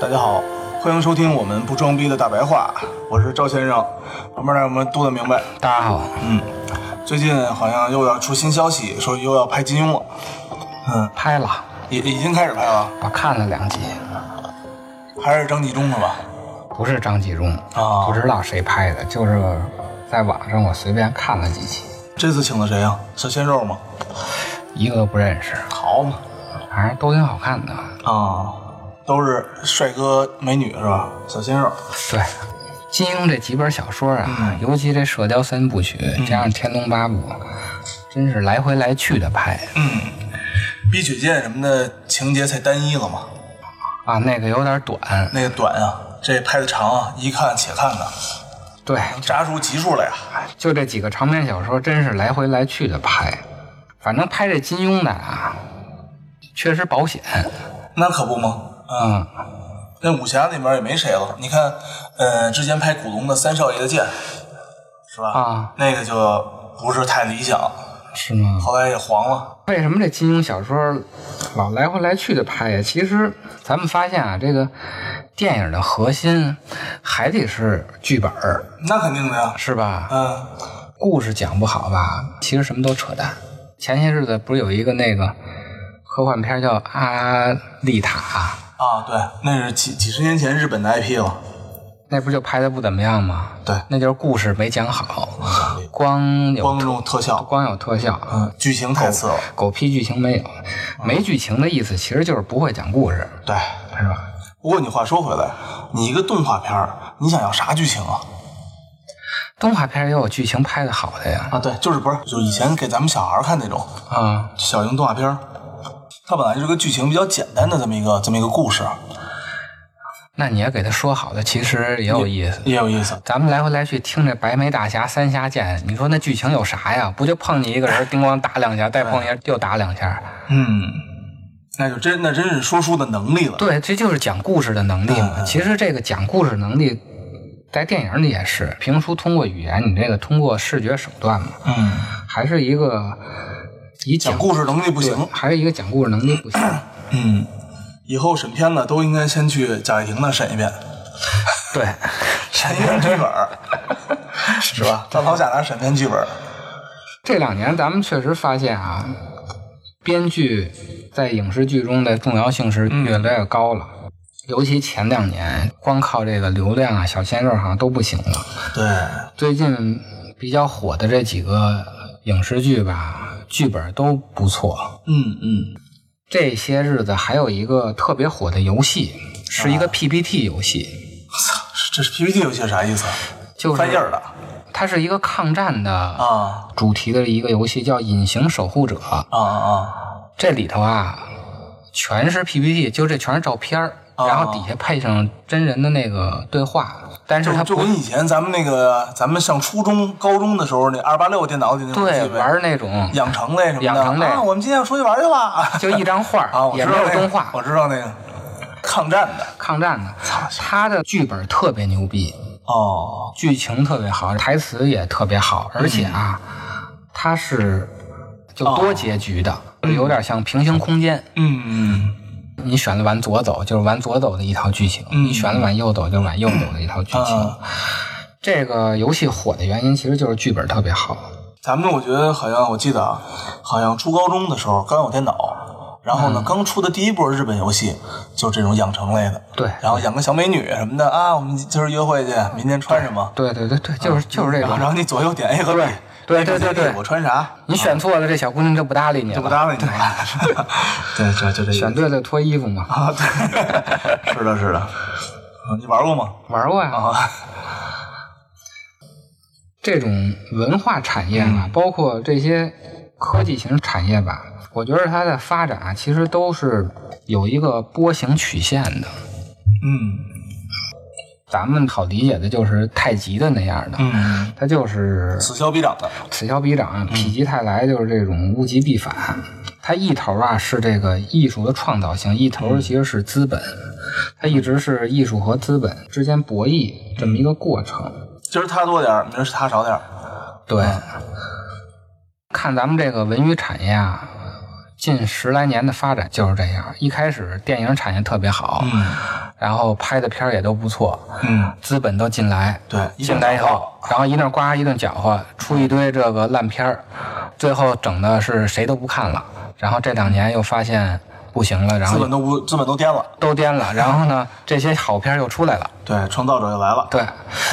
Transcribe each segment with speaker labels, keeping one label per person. Speaker 1: 大家好，欢迎收听我们不装逼的大白话，我是赵先生，啊旁边呢我们度的明白。
Speaker 2: 大家好，
Speaker 1: 最近好像又要出新消息，说又要拍金庸了，
Speaker 2: 拍了，
Speaker 1: 已已经开始拍了，
Speaker 2: 我看了两集，
Speaker 1: 还是张纪中的吧？
Speaker 2: 不是张纪中，
Speaker 1: 啊
Speaker 2: 不知道谁拍的，就是在网上我随便看了几集，
Speaker 1: 这次请的谁呀、啊小鲜肉吗？
Speaker 2: 一个都不认识，
Speaker 1: 好嘛，
Speaker 2: 反正都挺好看的。
Speaker 1: 啊，都是帅哥美女是吧？小鲜肉，
Speaker 2: 对，金庸这几本小说啊，尤其这《射雕三部曲》加上《天龙八部》，真是来回来去的拍
Speaker 1: 碧血剑什么的情节才单一了嘛，
Speaker 2: 啊，那个有点短，
Speaker 1: 那个短啊，这拍的长啊，一看且看呐，
Speaker 2: 对，
Speaker 1: 扎出集数来啊呀、
Speaker 2: 就这几个长篇小说，真是来回来去的拍。反正拍这金庸的啊，确实保险。
Speaker 1: 那可不吗？
Speaker 2: 嗯，
Speaker 1: 那武侠里面也没谁了，你看，呃，之前拍古龙的《三少爷的剑》，是吧？
Speaker 2: 啊，
Speaker 1: 那个就不是太理想，
Speaker 2: 是吗？
Speaker 1: 后来也黄了。
Speaker 2: 为什么这金庸小说老来回来去的拍呀？其实咱们发现啊，这个电影的核心还得是剧本儿，
Speaker 1: 那肯定的呀，
Speaker 2: 是吧？
Speaker 1: 嗯，
Speaker 2: 故事讲不好吧，其实什么都扯淡。前些日子不是有一个那个科幻片叫《阿丽塔
Speaker 1: 啊，对，那是几几十年前日本的 IP 了。》，
Speaker 2: 那不就拍的不怎么样吗？
Speaker 1: 对
Speaker 2: 那就是故事没讲好，光
Speaker 1: 嗯
Speaker 2: 有
Speaker 1: 光用特效，
Speaker 2: 光有特效，
Speaker 1: 嗯，剧情太次了。
Speaker 2: 狗屁剧情没有。没剧情的意思其实就是不会讲故事，
Speaker 1: 对，
Speaker 2: 是吧？
Speaker 1: 不过你话说回来，你一个动画片儿，你想要啥剧情啊？
Speaker 2: 动画片也有剧情拍的好的呀，
Speaker 1: 啊，对，就是不是就以前给咱们小孩儿看那种
Speaker 2: 啊，
Speaker 1: 小型动画片儿，它本来就是个剧情比较简单的这么一个这么一个故事，
Speaker 2: 那你要给他说好的，其实也有意思。
Speaker 1: 也有意思。
Speaker 2: 咱们来回来去听这白眉大侠、三侠剑，你说那剧情有啥呀？不就碰你一个人，叮咣打两下，再碰一下又打两下。
Speaker 1: 嗯，那就真那真是说书的能力了。
Speaker 2: 对，啊这就是讲故事的能力嘛。其实这个讲故事能力，在电影里也是，评书通过语言，你这个通过视觉手段嘛，
Speaker 1: 嗯，
Speaker 2: 还是一个以
Speaker 1: 讲
Speaker 2: 讲
Speaker 1: 故事能力不行。
Speaker 2: 还是一个讲故事能力不行。
Speaker 1: 嗯，以后审片子都应该先去贾跃亭那审一遍，
Speaker 2: 对，
Speaker 1: 审一遍剧本 儿，是吧？到老贾那审篇剧本儿。
Speaker 2: 这两年咱们确实发现啊，编剧在影视剧中的重要性是
Speaker 1: 嗯
Speaker 2: 越来越高了。尤其前两年，光靠这个流量啊、小鲜肉好像都不行了。
Speaker 1: 对，
Speaker 2: 最近比较火的这几个影视剧吧，剧本都不错。
Speaker 1: 嗯嗯，
Speaker 2: 这些日子还有一个特别火的游戏，是
Speaker 1: 啊
Speaker 2: 一个 PPT 游戏，
Speaker 1: 这是 PPT 游戏啥意思啊？
Speaker 2: 就
Speaker 1: 翻页
Speaker 2: 是
Speaker 1: 儿的
Speaker 2: 它是一个抗战的
Speaker 1: 啊
Speaker 2: 主题的一个游戏，叫《隐形守护者》。
Speaker 1: 啊啊！
Speaker 2: 这里头啊，全是 PPT，就这全是照片儿，
Speaker 1: 哦
Speaker 2: 然后底下配上真人的那个对话，但是
Speaker 1: 就
Speaker 2: 它
Speaker 1: 就
Speaker 2: 不
Speaker 1: 跟以前咱们那个咱们上初中、高中的时候，那二八六电脑里那种
Speaker 2: 对
Speaker 1: 游戏呗，
Speaker 2: 玩那种，
Speaker 1: 养成类什么的。
Speaker 2: 养成类
Speaker 1: 啊，我们今天出去玩去吧。
Speaker 2: 就一张画儿，
Speaker 1: 啊，我
Speaker 2: 也
Speaker 1: 知
Speaker 2: 没
Speaker 1: 道
Speaker 2: 有
Speaker 1: 那
Speaker 2: 动
Speaker 1: 个
Speaker 2: 画，
Speaker 1: 我知道那个抗战的
Speaker 2: 抗战的。它的剧本特别牛逼，
Speaker 1: 哦，
Speaker 2: 剧情特别好，台词也特别好，而且啊，
Speaker 1: 嗯
Speaker 2: 它是就
Speaker 1: 哦
Speaker 2: 多结局的，有点像平行空间。
Speaker 1: 嗯
Speaker 2: 你选了往左走，就是往左走的一套剧情；
Speaker 1: 嗯
Speaker 2: 你选了往右走，就是往右走的一套剧情。
Speaker 1: 啊
Speaker 2: 这个游戏火的原因其实就是剧本特别好。
Speaker 1: 咱们我觉得好像我记得啊，好像初高中的时候刚有电脑，然后呢、
Speaker 2: 嗯
Speaker 1: 刚出的第一波日本游戏就这种养成类的，
Speaker 2: 对
Speaker 1: 然后养个小美女什么的啊，我们今儿约会去，明天穿什么？
Speaker 2: 对对对对，就是就是这
Speaker 1: 嗯然后
Speaker 2: 种。
Speaker 1: 然后你左右点 A 和 B，
Speaker 2: 对
Speaker 1: A
Speaker 2: 对
Speaker 1: 和 B，
Speaker 2: 对对
Speaker 1: 我穿啥？
Speaker 2: 你选错了，这小姑娘就不搭理你
Speaker 1: 就不
Speaker 2: 了。
Speaker 1: 搭理你了。 对，这就这意思
Speaker 2: 选对了脱衣服嘛，
Speaker 1: 啊，对，是的，是的。
Speaker 3: 啊
Speaker 1: 嗯你玩过吗？
Speaker 2: 玩过呀。
Speaker 1: 啊，嗯
Speaker 2: 这种文化产业啊，包括这些科技型产业吧，我觉得它的发展啊其实都是有一个波形曲线的。
Speaker 3: 嗯
Speaker 2: 咱们好理解的就是太极的那样的，
Speaker 3: 嗯，
Speaker 2: 它就是
Speaker 3: 此消彼长的，
Speaker 2: 此消彼长，否极泰来，就是这种物极必反。它一头啊是这个艺术的创造性，一头其实是资本，它一直是艺术和资本之间博弈这么一个过程。
Speaker 3: 今儿他多点儿，明儿他少点儿。
Speaker 2: 对，看咱们这个文娱产业啊，近十来年的发展就是这样。一开始电影产业特别好，然后拍的片儿也都不错，
Speaker 3: 嗯，
Speaker 2: 资本都进来，
Speaker 3: 对，一
Speaker 2: 进来以后，然后一顿刮一顿搅和，出一堆这个烂片儿，最后整的是谁都不看了。然后这两年又发现不行了，然
Speaker 3: 资
Speaker 2: 后
Speaker 3: 本都不，资本都颠了。
Speaker 2: 都颠了。然后呢，这些好片儿又出来了。
Speaker 3: 对，创造者又来了。
Speaker 2: 对，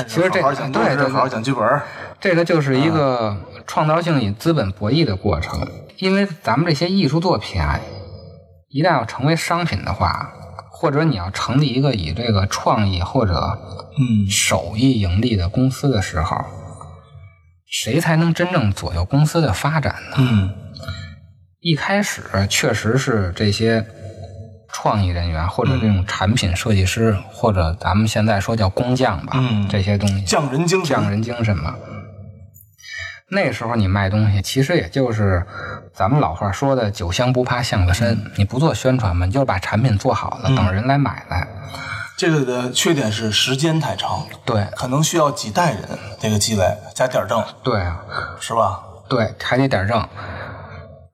Speaker 2: 其实这
Speaker 3: 好好讲故
Speaker 2: 对
Speaker 3: 事，
Speaker 2: 对
Speaker 3: 好好嗯
Speaker 2: 对，
Speaker 3: 讲剧本儿。
Speaker 2: 这个就是一个创造性与资本博弈的过程。因为咱们这些艺术作品啊，一旦要成为商品的话，或者你要成立一个以这个创意或者
Speaker 3: 嗯
Speaker 2: 手艺盈利的公司的时候，谁才能真正左右公司的发展呢？
Speaker 3: 嗯
Speaker 2: 一开始确实是这些创意人员，或者这种产品设计师，或者咱们现在说叫工匠吧，
Speaker 3: 嗯
Speaker 2: 这些东西
Speaker 3: 匠人精神。
Speaker 2: 匠人精神嘛。那时候你卖东西，其实也就是咱们老话说的“酒香不怕巷子深”，
Speaker 3: 嗯
Speaker 2: 你不做宣传嘛，你就把产品做好了，等人来买来。
Speaker 3: 这个的缺点是时间太长，
Speaker 2: 对
Speaker 3: 可能需要几代人这个积累加点儿正，
Speaker 2: 对啊，
Speaker 3: 是吧？
Speaker 2: 对，还得点正。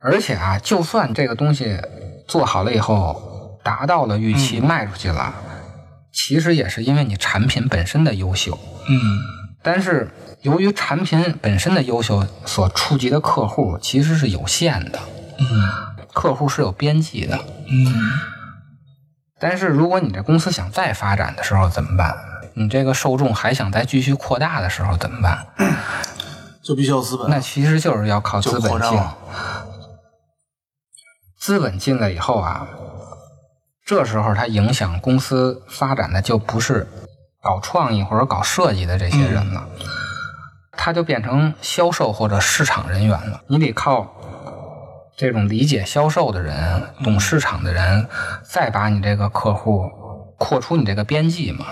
Speaker 2: 而且啊，就算这个东西做好了以后，达到了预期，
Speaker 3: 嗯
Speaker 2: 卖出去了，其实也是因为你产品本身的优秀。
Speaker 3: 嗯
Speaker 2: 但是由于产品本身的优秀，所触及的客户其实是有限的，
Speaker 3: 嗯
Speaker 2: 客户是有边际的。
Speaker 3: 嗯
Speaker 2: 但是如果你这公司想再发展的时候怎么办？你这个受众还想再继续扩大的时候怎么办？，
Speaker 3: 就必须要资本。
Speaker 2: 那其实就是要靠
Speaker 3: 嗯
Speaker 2: 资
Speaker 3: 就扩
Speaker 2: 本
Speaker 3: 张
Speaker 2: 进嗯
Speaker 3: 了。
Speaker 2: 资本进来以后啊，这时候它影响公司发展的就不是搞创意或者搞设计的这些人了，
Speaker 3: 嗯
Speaker 2: 他就变成销售或者市场人员了。你得靠这种理解销售的人、
Speaker 3: 嗯
Speaker 2: 懂市场的人，再把你这个客户扩出你这个边际嘛。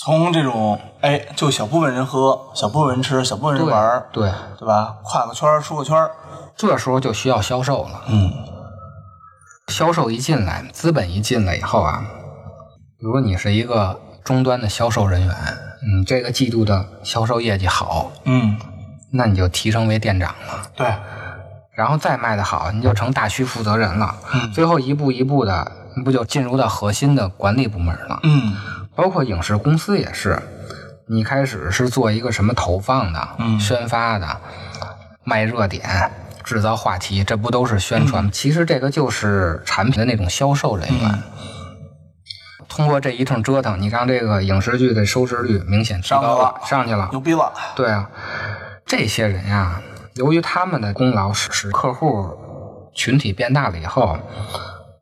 Speaker 3: 从这种哎，就小部分人喝，小部分人吃，小部分人玩儿，
Speaker 2: 对，
Speaker 3: 对吧？跨个圈儿，出个圈儿。
Speaker 2: 这时候就需要销售了。
Speaker 3: 嗯
Speaker 2: 销售一进来，资本一进来以后啊，比如你是一个终端的销售人员，嗯，这个季度的销售业绩好，
Speaker 3: 嗯，
Speaker 2: 那你就提升为店长了。
Speaker 3: 对，
Speaker 2: 然后再卖得好，你就成大区负责人了。
Speaker 3: 嗯
Speaker 2: 最后一步一步的，你不就进入到核心的管理部门了？
Speaker 3: 嗯
Speaker 2: 包括影视公司也是，你开始是做一个什么投放的、
Speaker 3: 嗯
Speaker 2: 宣发的、卖热点、制造话题，这不都是宣传？其实这个就是产品的那种销售人员。通过这一通折腾，你让这个影视剧的收视率明显提高了，上去了。
Speaker 3: 牛逼了。
Speaker 2: 对啊，这些人呀、由于他们的功劳使使客户群体变大了以后，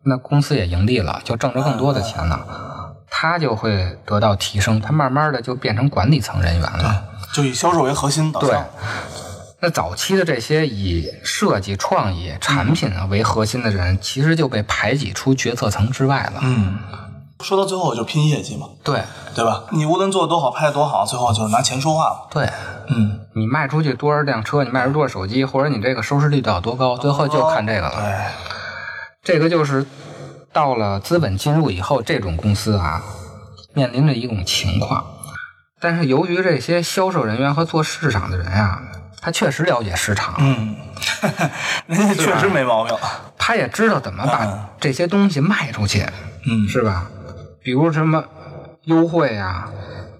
Speaker 2: 那公司也盈利了，就挣着更多的钱了，他就会得到提升，他慢慢的就变成管理层人员了。
Speaker 3: 就以销售为核心导
Speaker 2: 对
Speaker 3: 向。，
Speaker 2: 那早期的这些以设计、创意、产品啊为核心的人，其实就被排挤出决策层之外了。
Speaker 3: 嗯，说到最后就拼业绩嘛，
Speaker 2: 对
Speaker 3: 对吧？你无论做得多好，拍得多好，最后就是拿钱说话嘛。
Speaker 2: 对，
Speaker 3: 嗯，
Speaker 2: 你卖出去多少辆车，你卖出多少手机，或者你这个收视率到底有多高，最后就看这个了。
Speaker 3: 对，
Speaker 2: 这个就是到了资本进入以后，这种公司啊，面临着一种情况。但是由于这些销售人员和做市场的人啊，他确实了解市场，
Speaker 3: 嗯，人家确实没毛病。
Speaker 2: 他也知道怎么
Speaker 3: 嗯
Speaker 2: 把这些东西卖出去，
Speaker 3: 嗯
Speaker 2: 是吧？比如什么优惠呀、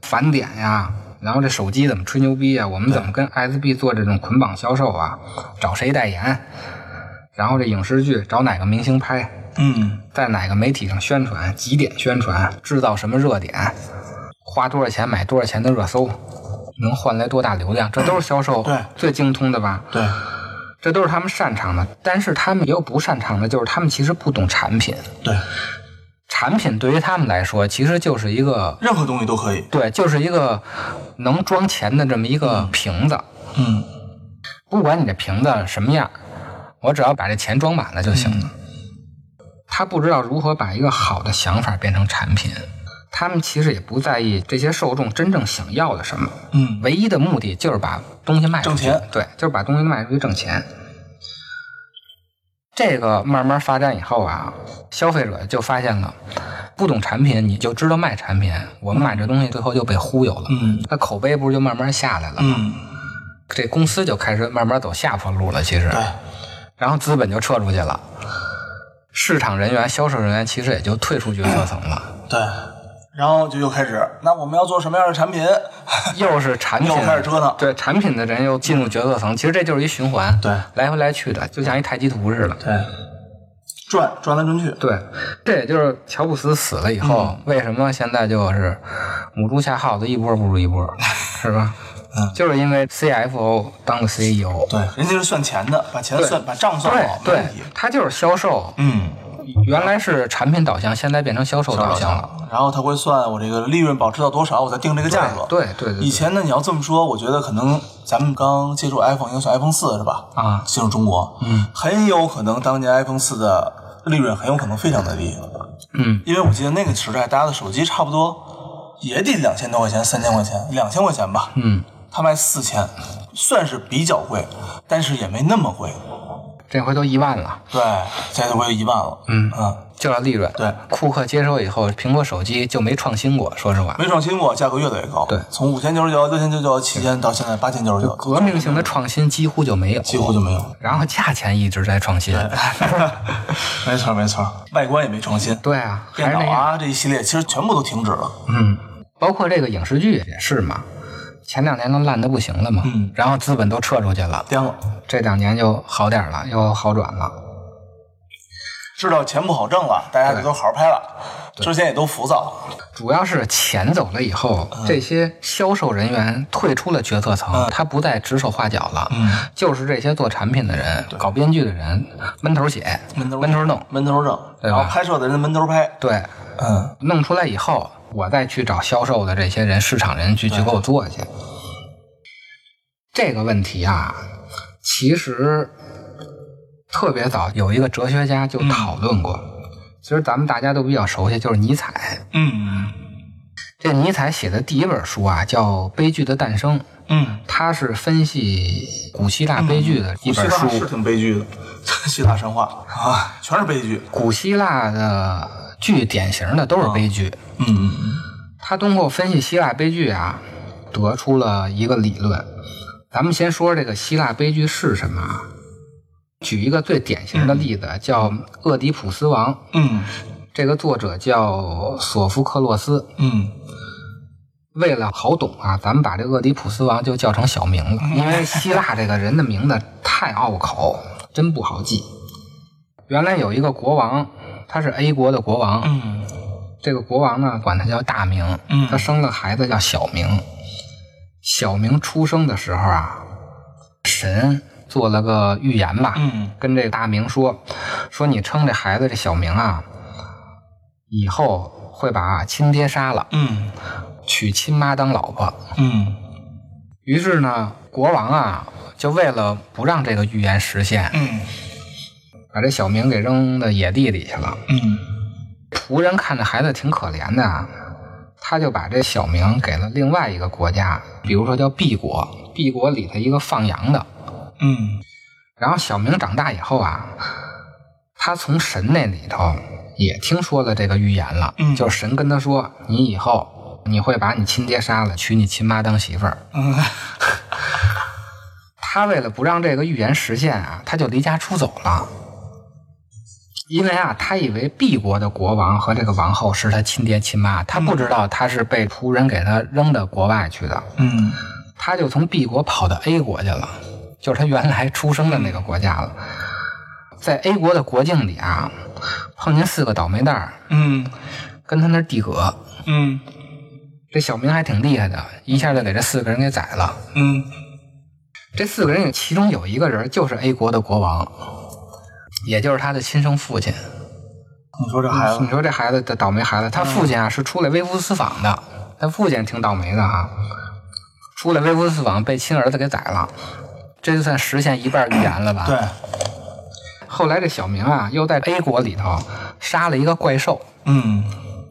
Speaker 2: 返点呀、然后这手机怎么吹牛逼啊呀、我们怎么跟 SB 做这种捆绑销售啊？找谁代言？然后这影视剧找哪个明星拍？
Speaker 3: 嗯
Speaker 2: 在哪个媒体上宣传，几点宣传，制造什么热点，花多少钱买多少钱的热搜，能换来多大流量，这都是销售
Speaker 3: 对
Speaker 2: 最精通的吧？
Speaker 3: 对，
Speaker 2: 这都是他们擅长的。但是他们也有不擅长的，就是他们其实不懂产品。
Speaker 3: 对，
Speaker 2: 产品对于他们来说，其实就是一个
Speaker 3: 任何东西都可以。
Speaker 2: 对，就是一个能装钱的这么一个瓶子。
Speaker 3: 嗯
Speaker 2: 不管你这瓶子什么样，我只要把这钱装满了就行了。他不知道如何把一个好的想法变成产品，他们其实也不在意这些受众真正想要的什么，
Speaker 1: 嗯，
Speaker 2: 唯一的目的就是把东西卖出去，
Speaker 1: 挣钱
Speaker 2: 对，就是把东西卖出去挣钱。这个慢慢发展以后啊，消费者就发现了，不懂产品你就知道卖产品，我们买这东西最后就被忽悠了，
Speaker 1: 嗯，
Speaker 2: 那口碑不是就慢慢下来了吗？
Speaker 1: 嗯，
Speaker 2: 这公司就开始慢慢走下坡路了，其实，
Speaker 1: 哎，
Speaker 2: 然后资本就撤出去了，市场人员、销售人员其实也就退出决策层了，
Speaker 1: 对，然后就又开始，那我们要做什么样的产品？
Speaker 2: 又是产品
Speaker 1: 又开始折腾嗯
Speaker 2: 对产品的人又进入决策层，其实这就是一循环，
Speaker 1: 对
Speaker 2: 来回来去的，就像一太极图似的。
Speaker 1: 对，转转来转去，
Speaker 2: 对，这也就是乔布斯死了以后，
Speaker 1: 嗯
Speaker 2: 为什么现在就是母猪下耗子一波不如 一波，是吧？
Speaker 1: 嗯，
Speaker 2: 就是因为 CFO 当了 CEO，
Speaker 1: 对，人家是算钱的，把钱算，把账算好，
Speaker 2: 对
Speaker 1: 没
Speaker 2: 对
Speaker 1: 问题。，
Speaker 2: 他就是销售，
Speaker 1: 嗯，
Speaker 2: 原来是产品导向，现在变成销售导向了。
Speaker 1: 然后他会算我这个利润保持到多少，我再定这个价格。
Speaker 2: 对对对对
Speaker 1: 以前呢，你要这么说，我觉得可能咱们刚接触 iPhone，应该算 iPhone 四是吧？
Speaker 2: 啊
Speaker 1: 进入中国，嗯，很有可能当年 iPhone 四的利润很有可能非常的低，
Speaker 2: 嗯，
Speaker 1: 因为我记得那个时代大家的手机差不多也得两千多块钱、三千块钱、两千块钱吧，
Speaker 2: 嗯，
Speaker 1: 他卖四千，算是比较贵，但是也没那么贵，
Speaker 2: 这回都一万了，
Speaker 1: 对，现在我有一万了，
Speaker 2: 嗯
Speaker 1: 嗯，
Speaker 2: 就要利润。
Speaker 1: 对，
Speaker 2: 库克接手以后，苹果手机就没创新过，说实话，
Speaker 1: 没创新过，价格越来越高，
Speaker 2: 对
Speaker 1: 从五千九十九、六千九十九、七千到现在八千九十九，
Speaker 2: 革命性的创新几乎就没有，
Speaker 1: 几乎就没有，
Speaker 2: 然后价钱一直在创新。
Speaker 1: 没错没错，外观也没创新，
Speaker 2: 对啊，还
Speaker 1: 电
Speaker 2: 是那
Speaker 1: 脑
Speaker 2: 样。
Speaker 1: 啊这一系列其实全部都停止了，
Speaker 2: 嗯，包括这个影视剧也是嘛，前两年都烂的不行了嘛，
Speaker 1: 嗯
Speaker 2: 然后资本都撤出去了，
Speaker 1: 颠了，
Speaker 2: 这两年就好点儿了，
Speaker 1: 嗯
Speaker 2: 又好转了。
Speaker 1: 知道钱不好挣了，大家也都好好拍了，之前也都浮躁，
Speaker 2: 主要是钱走了以后，
Speaker 1: 嗯
Speaker 2: 这些销售人员退出了决策层，他不再指手画脚了，
Speaker 1: 嗯
Speaker 2: 就是这些做产品的人、搞编剧的人闷头写、
Speaker 1: 闷头
Speaker 2: 闷头弄，
Speaker 1: 闷头挣，
Speaker 2: 对
Speaker 1: 然
Speaker 2: 吧
Speaker 1: 后拍摄的人闷头拍，
Speaker 2: 对，
Speaker 1: 嗯，
Speaker 2: 弄出来以后，我再去找销售的这些人、市场人去去给我做去。这个问题啊，其实特别早有一个哲学家就讨论过，其实咱们大家都比较熟悉，就是尼采。
Speaker 1: 嗯
Speaker 2: 这尼采写的第一本书啊，叫《悲剧的诞生》，
Speaker 1: 嗯，
Speaker 2: 它是分析古希腊悲剧的一本书。
Speaker 1: 是挺悲剧的，希腊神话啊，全是悲剧，
Speaker 2: 古希腊的剧典型的都是悲剧。
Speaker 1: 嗯嗯
Speaker 2: 他通过分析希腊悲剧啊，得出了一个理论。咱们先说这个希腊悲剧是什么啊？举一个最典型的例子，叫《俄狄浦斯王》，
Speaker 1: 嗯
Speaker 2: 这个作者叫索福克洛斯。
Speaker 1: 嗯
Speaker 2: 为了好懂啊，咱们把这俄狄浦斯王就叫成小名了，因为希腊这个人的名字太拗口，真不好记。原来有一个国王，他是 A 国的国王，
Speaker 1: 嗯
Speaker 2: 这个国王呢，管他叫大明，
Speaker 1: 嗯
Speaker 2: 他生了孩子叫小明。小明出生的时候啊，神做了个预言吧，
Speaker 1: 嗯
Speaker 2: 跟这个大明说，说你称这孩子这小明啊，以后会把亲爹杀了，
Speaker 1: 嗯
Speaker 2: 娶亲妈当老婆。
Speaker 1: 嗯
Speaker 2: 于是呢，国王啊，就为了不让这个预言实现，
Speaker 1: 嗯
Speaker 2: 把这小明给扔到野地里去了。
Speaker 1: 嗯，
Speaker 2: 仆人看着孩子挺可怜的啊，他就把这小明给了另外一个国家，比如说叫 B 国，B 国里头一个放羊的。
Speaker 1: 嗯
Speaker 2: 然后小明长大以后啊，他从神那里头也听说了这个预言了，
Speaker 1: 嗯
Speaker 2: 就是神跟他说，你以后你会把你亲爹杀了，娶你亲妈当媳妇儿。
Speaker 1: 嗯，
Speaker 2: 他为了不让这个预言实现啊，他就离家出走了。因为啊，他以为 B 国的国王和这个王后是他亲爹亲妈，他不知道他是被仆人给他扔到国外去的，
Speaker 1: 嗯
Speaker 2: 他就从 B 国跑到 A 国去了，就是他原来出生的那个国家了。在 A 国的国境里啊，碰见四个倒霉蛋儿，
Speaker 1: 嗯
Speaker 2: 跟他那儿递葛。
Speaker 1: 嗯
Speaker 2: 这小明还挺厉害的，一下就给这四个人给宰了。
Speaker 1: 嗯
Speaker 2: 这四个人里，其中有一个人就是 A 国的国王，也就是他的亲生父亲。
Speaker 1: 你说这孩子
Speaker 2: 你，说这孩子的倒霉孩子，他父亲啊是出来微服私访的，啊他父亲挺倒霉的哈、出来微服私访被亲儿子给宰了。这就算实现一半预言了吧？
Speaker 1: 对，
Speaker 2: 后来这小明啊，又在 A 国里头杀了一个怪兽，
Speaker 1: 嗯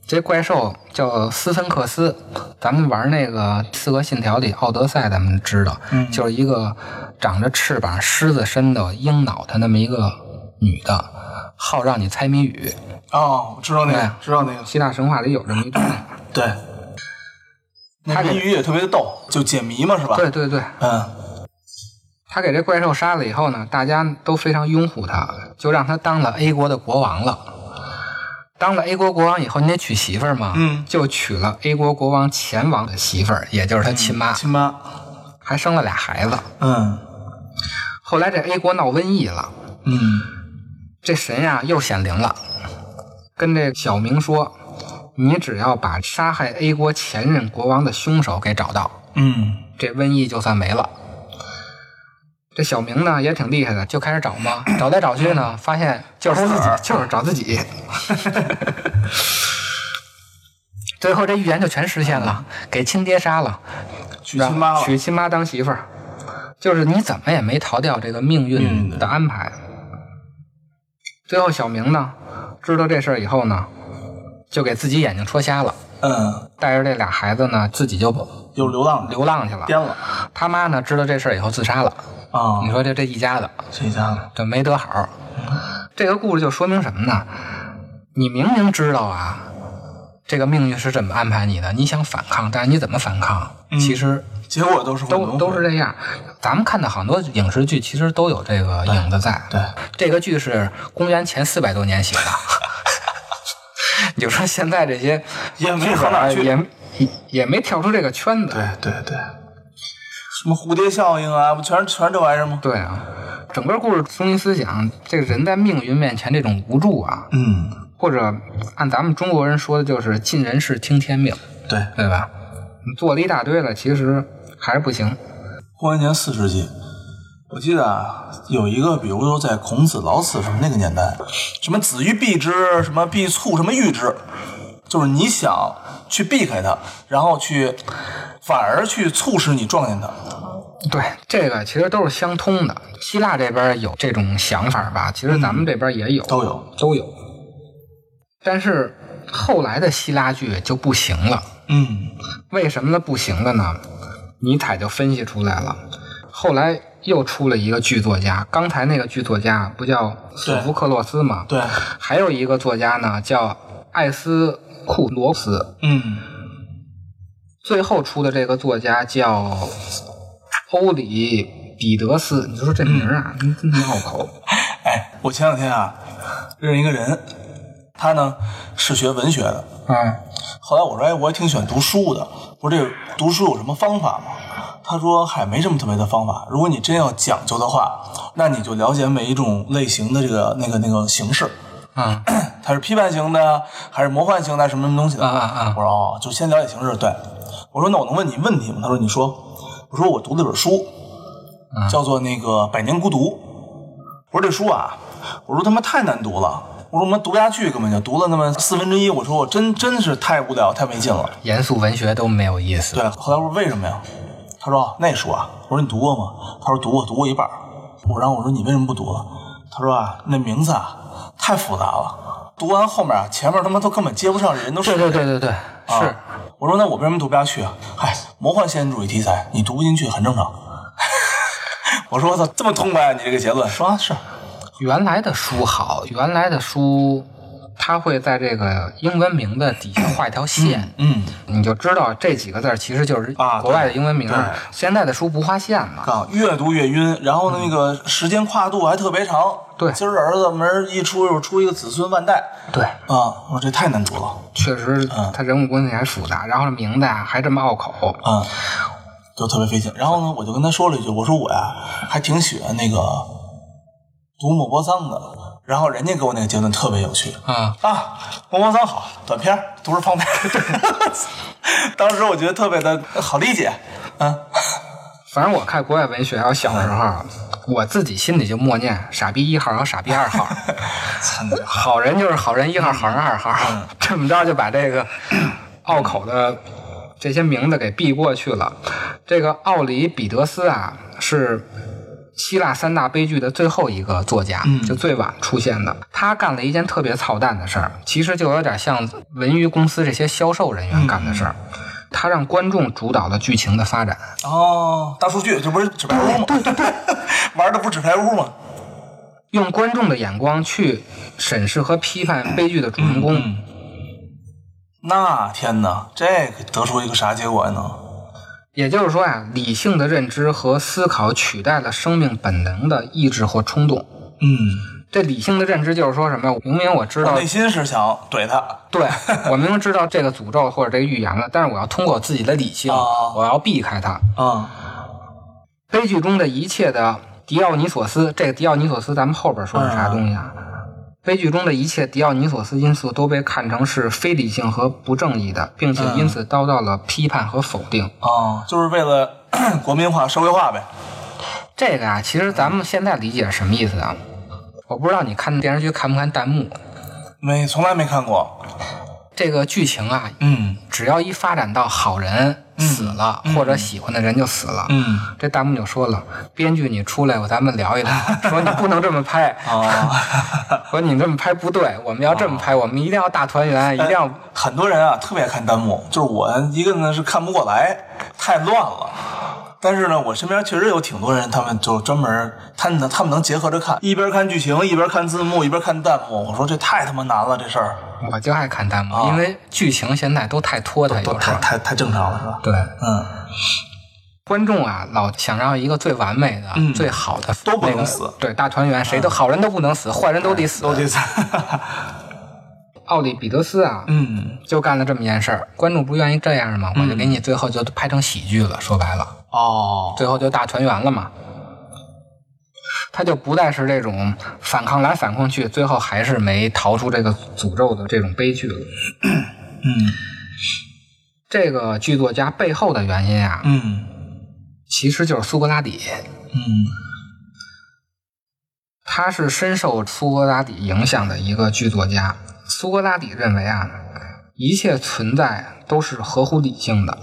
Speaker 2: 这怪兽叫斯芬克斯，咱们玩那个《刺客信条》里《奥德赛》，咱们知道，就是一个长着翅膀、狮子身的鹰脑袋那么一个女的，好让你猜谜语。
Speaker 1: 哦，我知道那
Speaker 2: 哎
Speaker 1: 个，知道那个，
Speaker 2: 希腊神话里有这么一种，
Speaker 1: 对。那
Speaker 2: 他给
Speaker 1: 谜语也特别逗，就解谜嘛，是吧？
Speaker 2: 对对对，
Speaker 1: 嗯，
Speaker 2: 他给这怪兽杀了以后呢，大家都非常拥护他，就让他当了 A 国的国王了。当了 A 国国王以后，你得娶媳妇儿嘛，
Speaker 1: 嗯
Speaker 2: 就娶了 A 国国王前王的媳妇儿，也就是他亲妈，
Speaker 1: 亲妈，
Speaker 2: 还生了俩孩子。
Speaker 1: 嗯
Speaker 2: 后来这 A 国闹瘟疫了，
Speaker 1: 嗯
Speaker 2: 这神呀、又显灵了，跟这小明说：“你只要把杀害 A 国前任国王的凶手给找到，
Speaker 1: 嗯
Speaker 2: 这瘟疫就算没了。”这小明呢也挺厉害的，就开始找嘛，找来找去呢，发现就是自己，就是找自 己。最后这预言就全实现了，给亲爹杀了，
Speaker 1: 娶亲妈了
Speaker 2: 嗯娶亲妈当媳妇儿，就是你怎么也没逃掉这个命运的安排。最后小明呢，知道这事儿以后呢，就给自己眼睛戳瞎了，
Speaker 1: 嗯，
Speaker 2: 带着这俩孩子呢，自己就
Speaker 1: 又流浪了，
Speaker 2: 流浪去了。
Speaker 1: 颠了
Speaker 2: 他妈呢，知道这事儿以后自杀了。
Speaker 1: 啊
Speaker 2: 你！说这这一家子，
Speaker 1: 这家伙，
Speaker 2: 这没得好。这个故事就说明什么呢？你明明知道啊，这个命运是怎么安排你的，你想反抗，但是你怎么反抗？其实
Speaker 1: 结果都是嗯会
Speaker 2: 都
Speaker 1: 轮
Speaker 2: 都
Speaker 1: 回
Speaker 2: 是这样。咱们看的很多影视剧，其实都有这个影子在。
Speaker 1: 对，
Speaker 2: 这个剧是公元前四百多年 写的。你就说现在这些
Speaker 1: 也没
Speaker 2: 剧
Speaker 1: 好
Speaker 2: 本
Speaker 1: 哪
Speaker 2: 啊
Speaker 1: 儿去
Speaker 2: 也也也没跳出这个圈子。
Speaker 1: 对对对，什么蝴蝶效应啊，不全是全是这玩意儿吗？
Speaker 2: 对啊，整个故事中心思想，这个人在命运面前这种无助啊，
Speaker 1: 嗯，
Speaker 2: 或者按咱们中国人说的，就是尽人事听天命，
Speaker 1: 对，
Speaker 2: 对吧？你做了一大堆了，其实还是不行。
Speaker 1: 公元前四世纪，我记得啊，有一个，比如说在孔子、老子什么那个年代，什么子欲避之，什么必促，什么欲之，就是你想去避开它，然后去反而去促使你撞见它。
Speaker 2: 对，这个其实都是相通的。希腊这边有这种想法吧，其实咱们这边也有，
Speaker 1: 嗯都有，
Speaker 2: 都有。但是后来的希腊剧就不行了，
Speaker 1: 嗯
Speaker 2: 为什么呢？不行了呢？尼采就分析出来了。后来又出了一个剧作家，刚才那个剧作家不叫索福克洛斯吗？
Speaker 1: 对
Speaker 2: 还有一个作家呢，叫艾斯库罗斯。
Speaker 1: 嗯
Speaker 2: 最后出的这个作家叫欧里彼得斯。你就说这名儿啊，真真拗 口。
Speaker 1: 哎，我前两天啊，认识一个人，他呢是学文学的，
Speaker 2: 哎，
Speaker 1: 后来我说，哎，我也挺喜欢读书的。我说这读书有什么方法吗？他说，嗨，没什么特别的方法。如果你真要讲究的话，那你就了解每一种类型的这个那个那个形式，
Speaker 2: 啊、
Speaker 1: 它是批判型的还是魔幻型的，什么什么东西的。
Speaker 2: 啊啊啊
Speaker 1: 我说哦，就先了解形式。对，我说那我能问你问题吗？他说你说。我说我读了本书，叫做那个《百年孤独》。我说这书啊，我说他妈太难读了。我说我们读不下去，根本就读了那么四分之一。我说我真真是太无聊，太没劲了。
Speaker 2: 严肃文学都没有意思。
Speaker 1: 对，后来我说为什么呀？他说那书啊，我说你读过吗？他说读过，读过一半儿。我然后我说你为什么不读了？他说啊，那名字啊太复杂了，读完后面啊前面他妈都根本接不上，人都是
Speaker 2: 对对对对对，
Speaker 1: 啊
Speaker 2: 是。
Speaker 1: 我说那我为什么读不下去啊？嗨，魔幻现实主义题材你读不进去很正常。 我说我操，这么痛快啊、你这个结论？说啊是，
Speaker 2: 原来的书好，原来的书，它会在这个英文名的底下画一条线，
Speaker 1: 嗯，
Speaker 2: 你就知道这几个字儿其实就是
Speaker 1: 啊
Speaker 2: 国外的英文名。
Speaker 1: 对
Speaker 2: 现在的书不画线嘛，
Speaker 1: 啊，越读越晕，然后呢，那个时间跨度还特别长。
Speaker 2: 对
Speaker 1: 今儿儿子门儿一出又出一个子孙万代
Speaker 2: 对，
Speaker 1: 啊，我说这太难读了。
Speaker 2: 确实，他人物关系还复杂，然后名字啊还这么拗口。
Speaker 1: 嗯啊，就特别费劲。然后呢，我就跟他说了一句，我说我呀还挺喜欢那个读莫泊桑的。然后人家给我那个结论特别有趣
Speaker 2: 啊
Speaker 1: 啊，莫泊桑好，短篇儿，读书方便。 当时我觉得特别的好理解，嗯，
Speaker 2: 反正我看国外文学，我小时候啊，我自己心里就默念“傻逼一号”和“傻逼二号”，
Speaker 1: 操你妈
Speaker 2: 好人就是好人一号，好人二号，这么着就把这个 拗口的这些名字给避过去了。这个奥里彼得斯啊，是希腊三大悲剧的最后一个作家，
Speaker 1: 嗯
Speaker 2: 就最晚出现的。他干了一件特别操蛋的事儿，其实就有点像文娱公司这些销售人员干的事儿。他让观众主导了剧情的发展，
Speaker 1: 哦，大数据，这不是纸牌屋吗？ 对对对，玩的不是纸牌屋吗？
Speaker 2: 用观众的眼光去审视和批判悲剧的主人公。
Speaker 1: 那天哪，这个得出一个啥结果呢？
Speaker 2: 也就是说呀、理性的认知和思考取代了生命本能的意志或冲动。
Speaker 1: 嗯，
Speaker 2: 这理性的认知就是说什么呀？明明我知
Speaker 1: 我
Speaker 2: 道
Speaker 1: 内心是想怼他，
Speaker 2: 对我明明知道这个诅咒或者这个预言了，但是我要通过自己的理性，
Speaker 1: 哦
Speaker 2: 我要避开它。
Speaker 1: 啊，
Speaker 2: 悲剧中的一切的迪奥尼索斯，这个迪奥尼索斯咱们后边说是啥东西啊？悲剧中的一切迪奥尼索斯因素都被看成是非理性和不正义的，并且因此遭到了批判和否定。
Speaker 1: 哦，就是为了 国民化、社会化呗。
Speaker 2: 这个啊，其实咱们现在理解什么意思啊？我不知道你看电视剧看不看弹幕，
Speaker 1: 没，从来没看过。
Speaker 2: 这个剧情啊，
Speaker 1: 嗯
Speaker 2: 只要一发展到好人死了，或者喜欢的人就死了，
Speaker 1: 嗯，
Speaker 2: 这弹幕就说了：“编剧，你出来，我咱们聊一聊。说你不能这 么拍，
Speaker 1: 啊，
Speaker 2: 说你这么拍不对，我们要这么
Speaker 1: 哦
Speaker 2: 拍，我们一定要大团圆，一定 要
Speaker 1: 很多人啊特别爱看弹幕，就是我一个呢是看不过来，太乱了。但是呢，我身边确实有挺多人，他们就专门，他们能他们能结合着看，一边看剧情，一边看字幕，一边看弹幕。我说这太他妈难了，这事儿
Speaker 2: 我就爱看弹幕，
Speaker 1: 啊
Speaker 2: 因为剧情现在都太拖沓，
Speaker 1: 都
Speaker 2: 有时
Speaker 1: 太
Speaker 2: 候
Speaker 1: 太太正常了，是吧？
Speaker 2: 对
Speaker 1: 嗯，
Speaker 2: 观众啊，老想要一个最完美的、
Speaker 1: 嗯
Speaker 2: 最好的，
Speaker 1: 都不能
Speaker 2: 那个
Speaker 1: 死嗯哎
Speaker 2: 对，大团圆，谁都好人都不能死，坏人都得死。
Speaker 1: 都这次，
Speaker 2: 奥利彼得斯啊，
Speaker 1: 嗯，
Speaker 2: 就干了这么件事儿，观众不愿意这样嘛，我就给你最后就拍成喜剧了，说白了。
Speaker 1: 哦，
Speaker 2: 最后就大团圆了嘛。他就不再是这种反抗来反抗去，最后还是没逃出这个诅咒的这种悲剧了。
Speaker 1: 嗯
Speaker 2: 这个剧作家背后的原因啊，
Speaker 1: 嗯
Speaker 2: 其实就是苏格拉底，
Speaker 1: 嗯
Speaker 2: 他是深受苏格拉底影响的一个剧作家。苏格拉底认为啊，一切存在都是合乎理性的，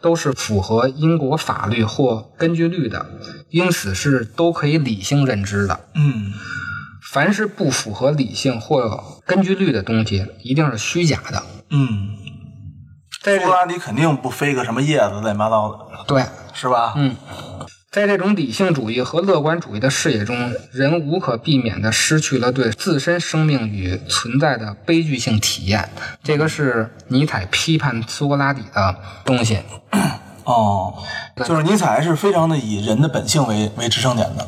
Speaker 2: 都是符合英国法律或根据律的，因此是都可以理性认知的。
Speaker 1: 嗯，
Speaker 2: 凡是不符合理性或根据律的东西，一定是虚假的。
Speaker 1: 嗯，
Speaker 2: 在
Speaker 1: 苏格拉底肯定不飞个什么叶子乱七八糟的，
Speaker 2: 对，
Speaker 1: 是吧？
Speaker 2: 嗯在这种理性主义和乐观主义的视野中，人无可避免地失去了对自身生命与存在的悲剧性体验。这个是尼采批判苏格拉底的东西。
Speaker 1: 哦，就是尼采是非常的以人的本性为为支撑点的，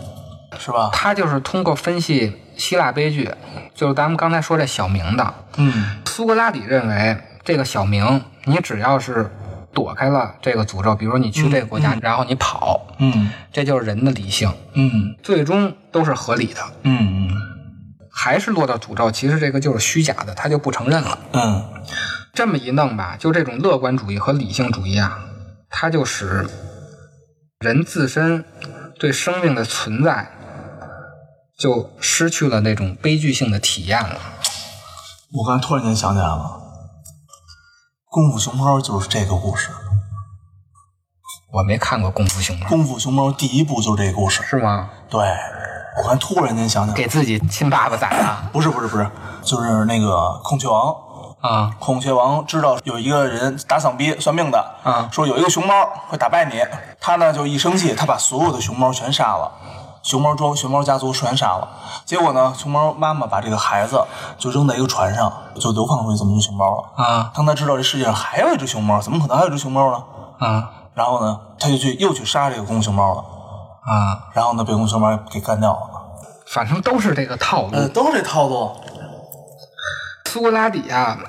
Speaker 1: 是吧？
Speaker 2: 他就是通过分析希腊悲剧，就是咱们刚才说这小明的，
Speaker 1: 嗯
Speaker 2: 苏格拉底认为，这个小明，你只要是躲开了这个诅咒，比如你去这个国家，然后你跑，
Speaker 1: 嗯
Speaker 2: 这就是人的理性，
Speaker 1: 嗯
Speaker 2: 最终都是合理的。
Speaker 1: 嗯
Speaker 2: 还是落到诅咒，其实这个就是虚假的，他就不承认了。
Speaker 1: 嗯
Speaker 2: 这么一弄吧，就这种乐观主义和理性主义啊，它就使人自身对生命的存在就失去了那种悲剧性的体验了。
Speaker 1: 我刚才突然间想起来了，《功夫熊猫》就是这个故事，
Speaker 2: 我没看过《功夫熊猫》，
Speaker 1: 《功夫熊猫》第一部就是这个故事。
Speaker 2: 是吗？
Speaker 1: 对，我刚才突然间想起来，
Speaker 2: 给自己亲爸爸攒的
Speaker 1: 不是不是不是，就是那个孔雀王，
Speaker 2: 啊。
Speaker 1: 孔雀王知道有一个人打丧逼算命的，
Speaker 2: 啊
Speaker 1: 说有一个熊猫会打败你，他呢就一生气，他把所有的熊猫全杀了。熊猫庄、熊猫家族全杀了，结果呢，熊猫妈妈把这个孩子就扔在一个船上，就流放出去这么一只熊猫了。
Speaker 2: 啊
Speaker 1: 当他知道这世界上还有一只熊猫，怎么可能还有一只熊猫呢？
Speaker 2: 啊
Speaker 1: 然后呢，他就去又去杀这个公熊猫了，
Speaker 2: 啊！
Speaker 1: 然后呢，被公熊猫给干掉了。
Speaker 2: 反正都是这个套路。
Speaker 1: 呃，都是这套路。
Speaker 2: 苏格拉底啊，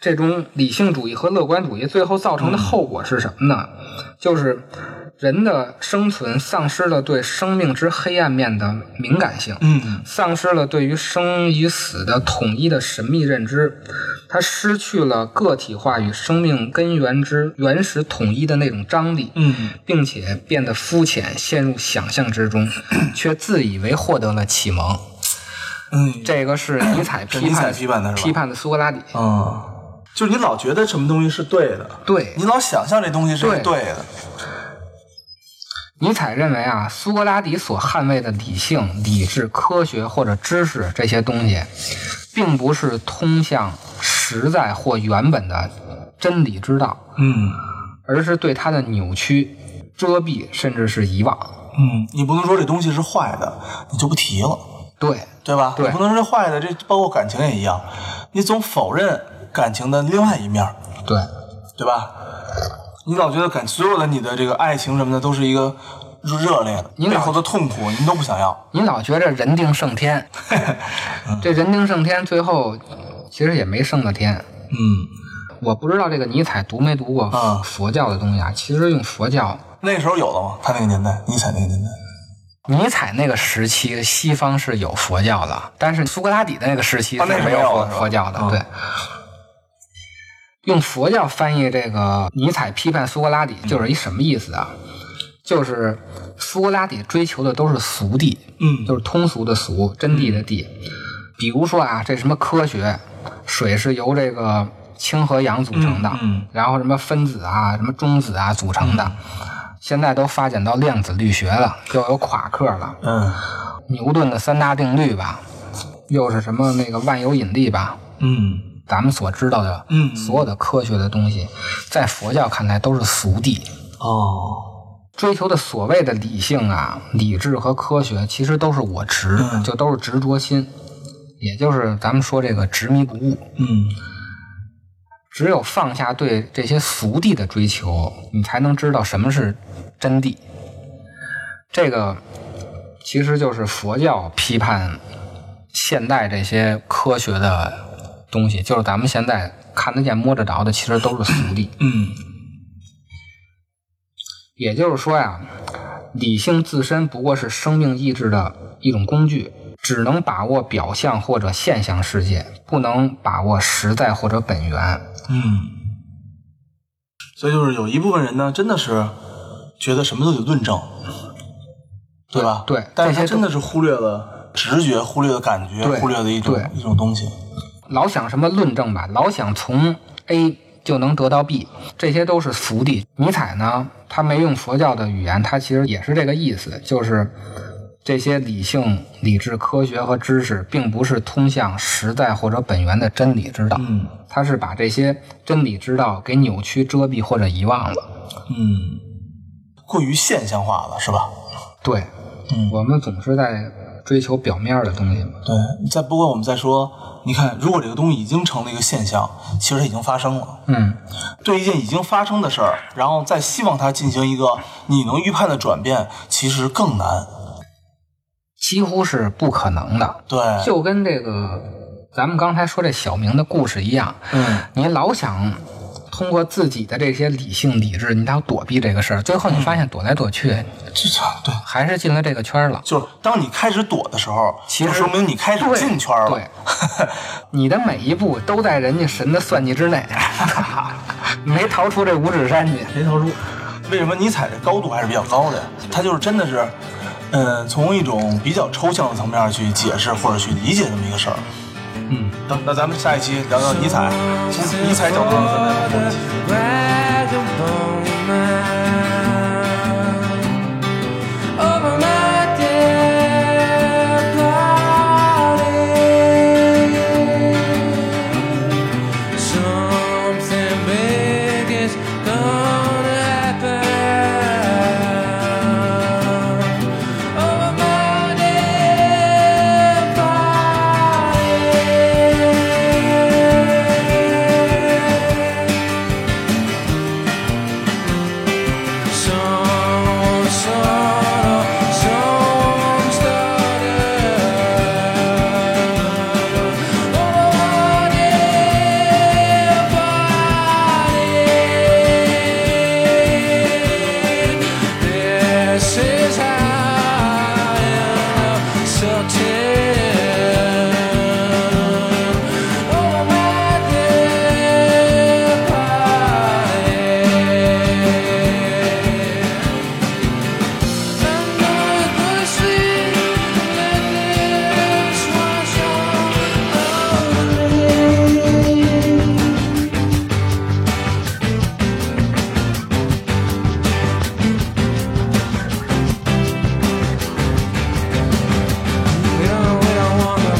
Speaker 2: 这种理性主义和乐观主义最后造
Speaker 1: 嗯
Speaker 2: 成的后果是什么呢？就是人的生存丧失了对生命之黑暗面的敏感性，
Speaker 1: 嗯
Speaker 2: 丧失了对于生与死的统一的神秘认知，他失去了个体化与生命根源之原始统一的那种张力。
Speaker 1: 嗯
Speaker 2: 并且变得肤浅，陷入想象之中， 却自以为获得了启蒙。
Speaker 1: 嗯
Speaker 2: 这个是尼 采批
Speaker 1: 是尼采
Speaker 2: 判
Speaker 1: 批判的是吧
Speaker 2: 批判的苏格拉底。
Speaker 1: 嗯，就是你老觉得什么东西是对的，
Speaker 2: 对
Speaker 1: 你老想象这东西是
Speaker 2: 对
Speaker 1: 对的，
Speaker 2: 尼采认为啊，苏格拉底所捍卫的理性、理智、科学或者知识这些东西，并不是通向实在或原本的真理之道，
Speaker 1: 嗯
Speaker 2: 而是对它的扭曲、遮蔽，甚至是遗忘。
Speaker 1: 嗯，你不能说这东西是坏的，你就不提了。
Speaker 2: 对，
Speaker 1: 对吧？
Speaker 2: 对
Speaker 1: 你不能说坏的，这包括感情也一样，你总否认感情的另外一面儿，
Speaker 2: 对，
Speaker 1: 对吧？你老觉得感所有的你的这个爱情什么的都是一个热烈的，
Speaker 2: 你老
Speaker 1: 背后的痛苦你都不想要。
Speaker 2: 你老觉着人定胜 天，这人定胜天，最后其实也没胜到天。
Speaker 1: 嗯，
Speaker 2: 我不知道这个尼采读没读过
Speaker 1: 啊
Speaker 2: 佛教的东西啊。其实用佛教，
Speaker 1: 那时候有了吗？他那个年代，尼采那个年代，
Speaker 2: 尼采那个时期，西方是有佛教的，但是苏格拉底的那个时期
Speaker 1: 啊那
Speaker 2: 是
Speaker 1: 是
Speaker 2: 没
Speaker 1: 没
Speaker 2: 有
Speaker 1: 有
Speaker 2: 佛
Speaker 1: 的是吧
Speaker 2: 佛教的。
Speaker 1: 嗯
Speaker 2: 对，用佛教翻译这个尼采批判苏格拉底，就是一什么意思啊？就是苏格拉底追求的都是俗谛，
Speaker 1: 嗯
Speaker 2: 就是通俗的俗，真谛的谛。比如说啊，这什么科学，水是由这个氢和氧组成的，
Speaker 1: 嗯嗯
Speaker 2: 然后什么分子啊、什么中子啊组成的，
Speaker 1: 嗯
Speaker 2: 现在都发展到量子力学了，又有夸克了，
Speaker 1: 嗯
Speaker 2: 牛顿的三大定律吧，又是什么那个万有引力吧。
Speaker 1: 嗯
Speaker 2: 咱们所知道的，
Speaker 1: 嗯
Speaker 2: 所有的科学的东西，在佛教看来都是俗谛，
Speaker 1: 哦，
Speaker 2: 追求的所谓的理性啊、理智和科学，其实都是我执，
Speaker 1: 嗯
Speaker 2: 就都是执着心，也就是咱们说这个执迷不悟。
Speaker 1: 嗯
Speaker 2: 只有放下对这些俗谛的追求，你才能知道什么是真谛。这个其实就是佛教批判现代这些科学的东西，就是咱们现在看得见、摸得着的，其实都是俗谛。
Speaker 1: 嗯
Speaker 2: 也就是说呀，理性自身不过是生命意志的一种工具，只能把握表象或者现象世界，不能把握实在或者本源。
Speaker 1: 嗯，所以就是有一部分人呢，真的是觉得什么都得论证，对吧？
Speaker 2: 对
Speaker 1: 但是
Speaker 2: 这些
Speaker 1: 他
Speaker 2: 都
Speaker 1: 真的是忽略了直觉，忽略了感觉
Speaker 2: 对，
Speaker 1: 忽略了一种
Speaker 2: 对
Speaker 1: 一种东西。
Speaker 2: 老想什么论证吧，老想从 A 就能得到 B，这些都是俗谛。尼采呢，他没用佛教的语言，他其实也是这个意思，就是这些理性、理智、科学和知识，并不是通向实在或者本源的真理之道。
Speaker 1: 嗯。
Speaker 2: 他是把这些真理之道给扭曲、遮蔽或者遗忘了。
Speaker 1: 嗯，过于现象化了，是吧？
Speaker 2: 对，
Speaker 1: 嗯
Speaker 2: 我们总是在追求表面的东西嘛。
Speaker 1: 对。再不过我们再说，你看，如果这个东西已经成了一个现象，其实它已经发生了。
Speaker 2: 嗯，
Speaker 1: 对一件已经发生的事儿，然后再希望它进行一个你能预判的转变，其实更难。
Speaker 2: 几乎是不可能的。
Speaker 1: 对，
Speaker 2: 就跟这个咱们刚才说这小明的故事一样，
Speaker 1: 嗯，
Speaker 2: 你老想通过自己的这些理性、理智，你想躲避这个事儿，最后你发现躲来躲去，
Speaker 1: 这这对，
Speaker 2: 还是进了这个圈儿了。
Speaker 1: 就是当你开始躲的时候，
Speaker 2: 其实
Speaker 1: 就说明你开始
Speaker 2: 对
Speaker 1: 进圈了。
Speaker 2: 对，你的每一步都在人家神的算计之内， 没逃出这五指山去。
Speaker 1: 没逃出。为什么尼采的高度还是比较高的呀？他就是真的是，嗯，从一种比较抽象的层面去解释或者去理解这么一个事儿。
Speaker 2: 嗯，
Speaker 1: 那那咱们下一期聊聊尼采，从尼采角度上分类分析。
Speaker 4: Vagabond mind over my dead body. Something big is gonna happen over my dead body. Oh,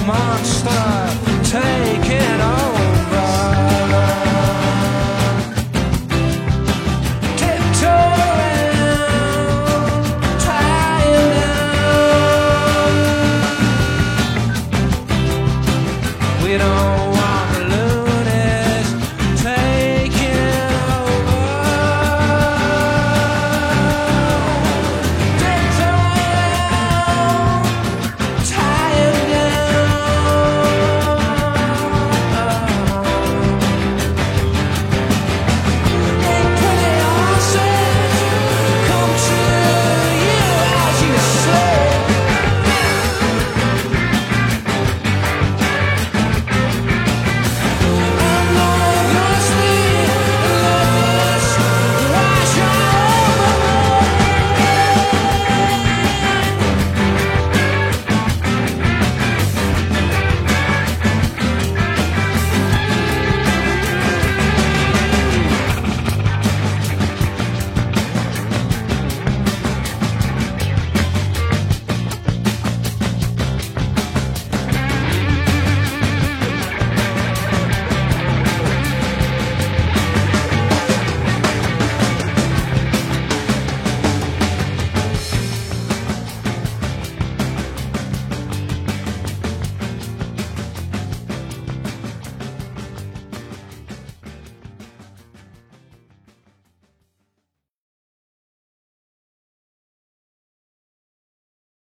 Speaker 4: monster taking